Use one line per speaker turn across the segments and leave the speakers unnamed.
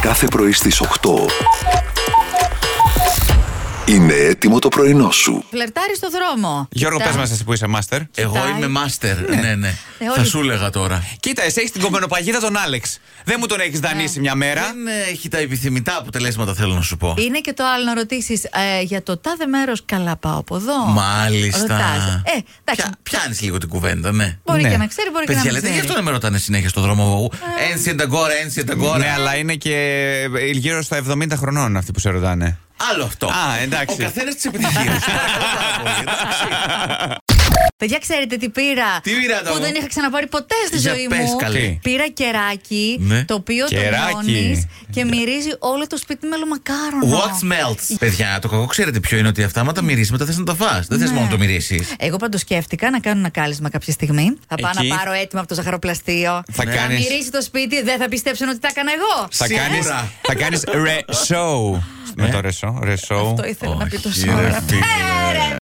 κάθε πρωί στις 8. Είναι έτοιμο το πρωινό σου.
Φλερτάρεις στο δρόμο.
Γιώργο,
Τα-
πες μας εσύ που είσαι μάστερ.
Εγώ είμαι μάστερ. Ναι, ναι.
Ε, όλοι-
Θα σου έλεγα τώρα.
Κοίτα, εσύ έχεις την κομμενοπαγίδα τον Άλεξ. Δεν μου τον έχεις
Ναι.
δανείσει μια μέρα.
Δεν ε, έχει τα επιθυμητά αποτελέσματα, θέλω να σου πω.
Είναι και το άλλο να ρωτήσεις για το τάδε μέρος. Καλά, πάω από εδώ.
Μάλιστα.
Ρωτάς. Ε, εντάξει.
Πια- Πιάνεις λίγο την κουβέντα, ναι.
Μπορεί
Ναι.
και να ξέρει, μπορεί και
Παιδιά,
να μην
λέτε, γι'
ξέρει. Ε.
αυτό με ρωτάνε συνέχεια στον δρόμο. Ένση ταγκόρα, ένση
Ναι,
ταγκόρα.
αλλά είναι και ε, γύρω στα 70 χρονών αυτοί που σε ρωτάνε.
Άλλο αυτό.
Α, εντάξει.
Ο καθένας τη επιτυχία.
Παιδιά, ξέρετε τι πήρα.
Τι πήρα,
που
Άνταμο?
δεν είχα ξαναπάρει ποτέ στη
Για
ζωή
πες,
μου.
καλή.
Πήρα κεράκι,
Ναι.
το οποίο
Κεράκι.
το μειώνεις και μυρίζει όλο το σπίτι μελομακάρονο.
What smells. Παιδιά, το κακό ξέρετε ποιο είναι ότι αυτά, άμα τα μυρίσματα θες να τα φας Δεν θες
Ναι.
μόνο να το μυρίσει.
Εγώ πάντως σκέφτηκα να κάνω ένα κάλεσμα κάποια στιγμή. Θα πάω
Εκεί.
να πάρω έτοιμα από το ζαχαροπλαστείο.
Θα κάνεις-
μυρίσει το σπίτι, δεν θα πιστέψουν ότι τα έκανα εγώ.
Θα
Σίγουρα.
κάνει θα κάνεις ρε show. Με το ρε show. Ρε show.
Αυτό ήθελα να Ε, πει το
Όχι, ρε,
σώμα.
φίλε.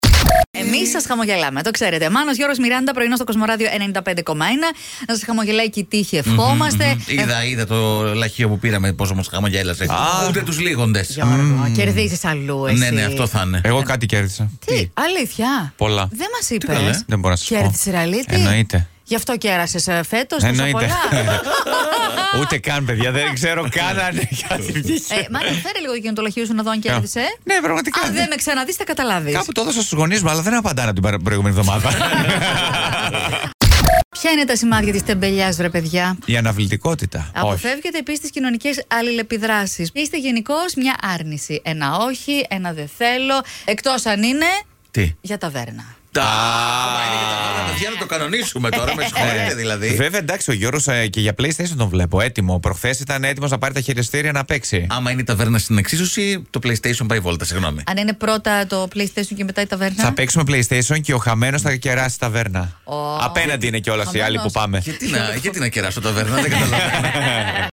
Εμεί σας χαμογελάμε, το ξέρετε. Μάνος Γιώργος Μιράντα, πρωινός στο Κοσμοράδιο 95,1. Να σας χαμογελάει και η τύχη, ευχόμαστε. Ε,
Είδα, είδα το λαχείο που πήραμε, πόσο μας χαμογέλασε. Ούτε τους λίγοντε.
Γιώργο, κερδίζεις αλλού, εσύ.
Ναι, ναι, αυτό θα είναι.
Εγώ κάτι κέρδισα.
Τι, αλήθεια.
Πολλά.
Δεν μας είπε.
καλά, ε.
Δεν μπορώ να σας πω.
Κέρδισες ραλίτη.
Εννοείται.
Γι' αυτό κέρασες φέτο.
Εννοείται.
Πολλά.
Ούτε καν, παιδιά. Δεν ξέρω καν αν κάτι βγήκε.
ε, μάλλον φέρε λίγο εκείνο το λαχείο σου να δω αν κέρδισε.
Ναι, πραγματικά.
Αν δεν με ξαναδείς, θα καταλάβεις.
Κάπου το έδωσα στους γονείς μου, αλλά δεν απαντάνε την παρα- προηγούμενη εβδομάδα.
Ποια είναι τα σημάδια της τεμπελιάς, βρε παιδιά.
Η αναβλητικότητα. Όχι.
Αποφεύγετε επίσης τις κοινωνικές αλληλεπιδράσεις. Είστε γενικώ μια άρνηση. Ένα όχι, ένα δεν θέλω. Εκτός αν είναι
Τι.
για ταβέρνα.
Τα. Μα είναι για τα πάντα, παιδιά, να το κανονίσουμε τώρα, με συγχωρείτε δηλαδή.
Ε, Βέβαια, εντάξει, ο Γιώργος και για PlayStation τον βλέπω έτοιμο. Προχθές ήταν έτοιμος να πάρει τα χειριστήρια να παίξει.
Άμα είναι η ταβέρνα στην εξίσωση, το PlayStation πάει βόλτα, συγγνώμη.
Αν είναι πρώτα το PlayStation και μετά η ταβέρνα.
Θα παίξουμε PlayStation και ο χαμένος θα κεράσει ταβέρνα.
Ω.
Απέναντι είναι κιόλας οι άλλοι
Χαμένος.
που πάμε.
Γιατί να, γιατί να κεράσω ταβέρνα, δεν καταλαβαίνω.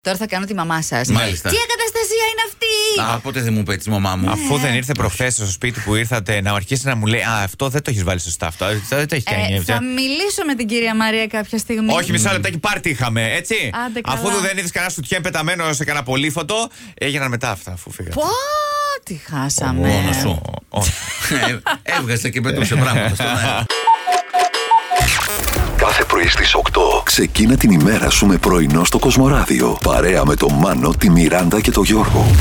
Τώρα θα κάνω τη μαμά σας.
Μάλιστα.
Τι εγκαταστασία είναι αυτή!
Α, ποτέ δεν μου είπε έτσι η μαμά μου.
Ναι.
Αφού δεν ήρθε προχθές στο σπίτι που ήρθατε να αρχίσει να μου λέει Α, αυτό δεν το έχεις βάλει σωστά. Αυτό αυτό δεν το έχει κάνει.
Ε,
αυτό».
θα μιλήσω με την κυρία Μαρία κάποια στιγμή.
Όχι, μισό λεπτάκι, πάρτι είχαμε, έτσι.
Άντε καλά.
Αφού δεν είδες κανένα σουτιέν πεταμένο σε κανένα πολύφωτο, έγιναν μετά αυτά αφού φύγατε.
Πω, τι χάσαμε.
Μόνος σου.
Όχι.
Ε, Έβγαζε και πετούσε πράγματα
Ε,
στον αέρα.
Κάθε πρωί στις 8. Ξεκίνα την ημέρα σου με πρωινό στο Κοσμοράδιο. Παρέα με τον Μάνο, τη Μιράντα και τον Γιώργο.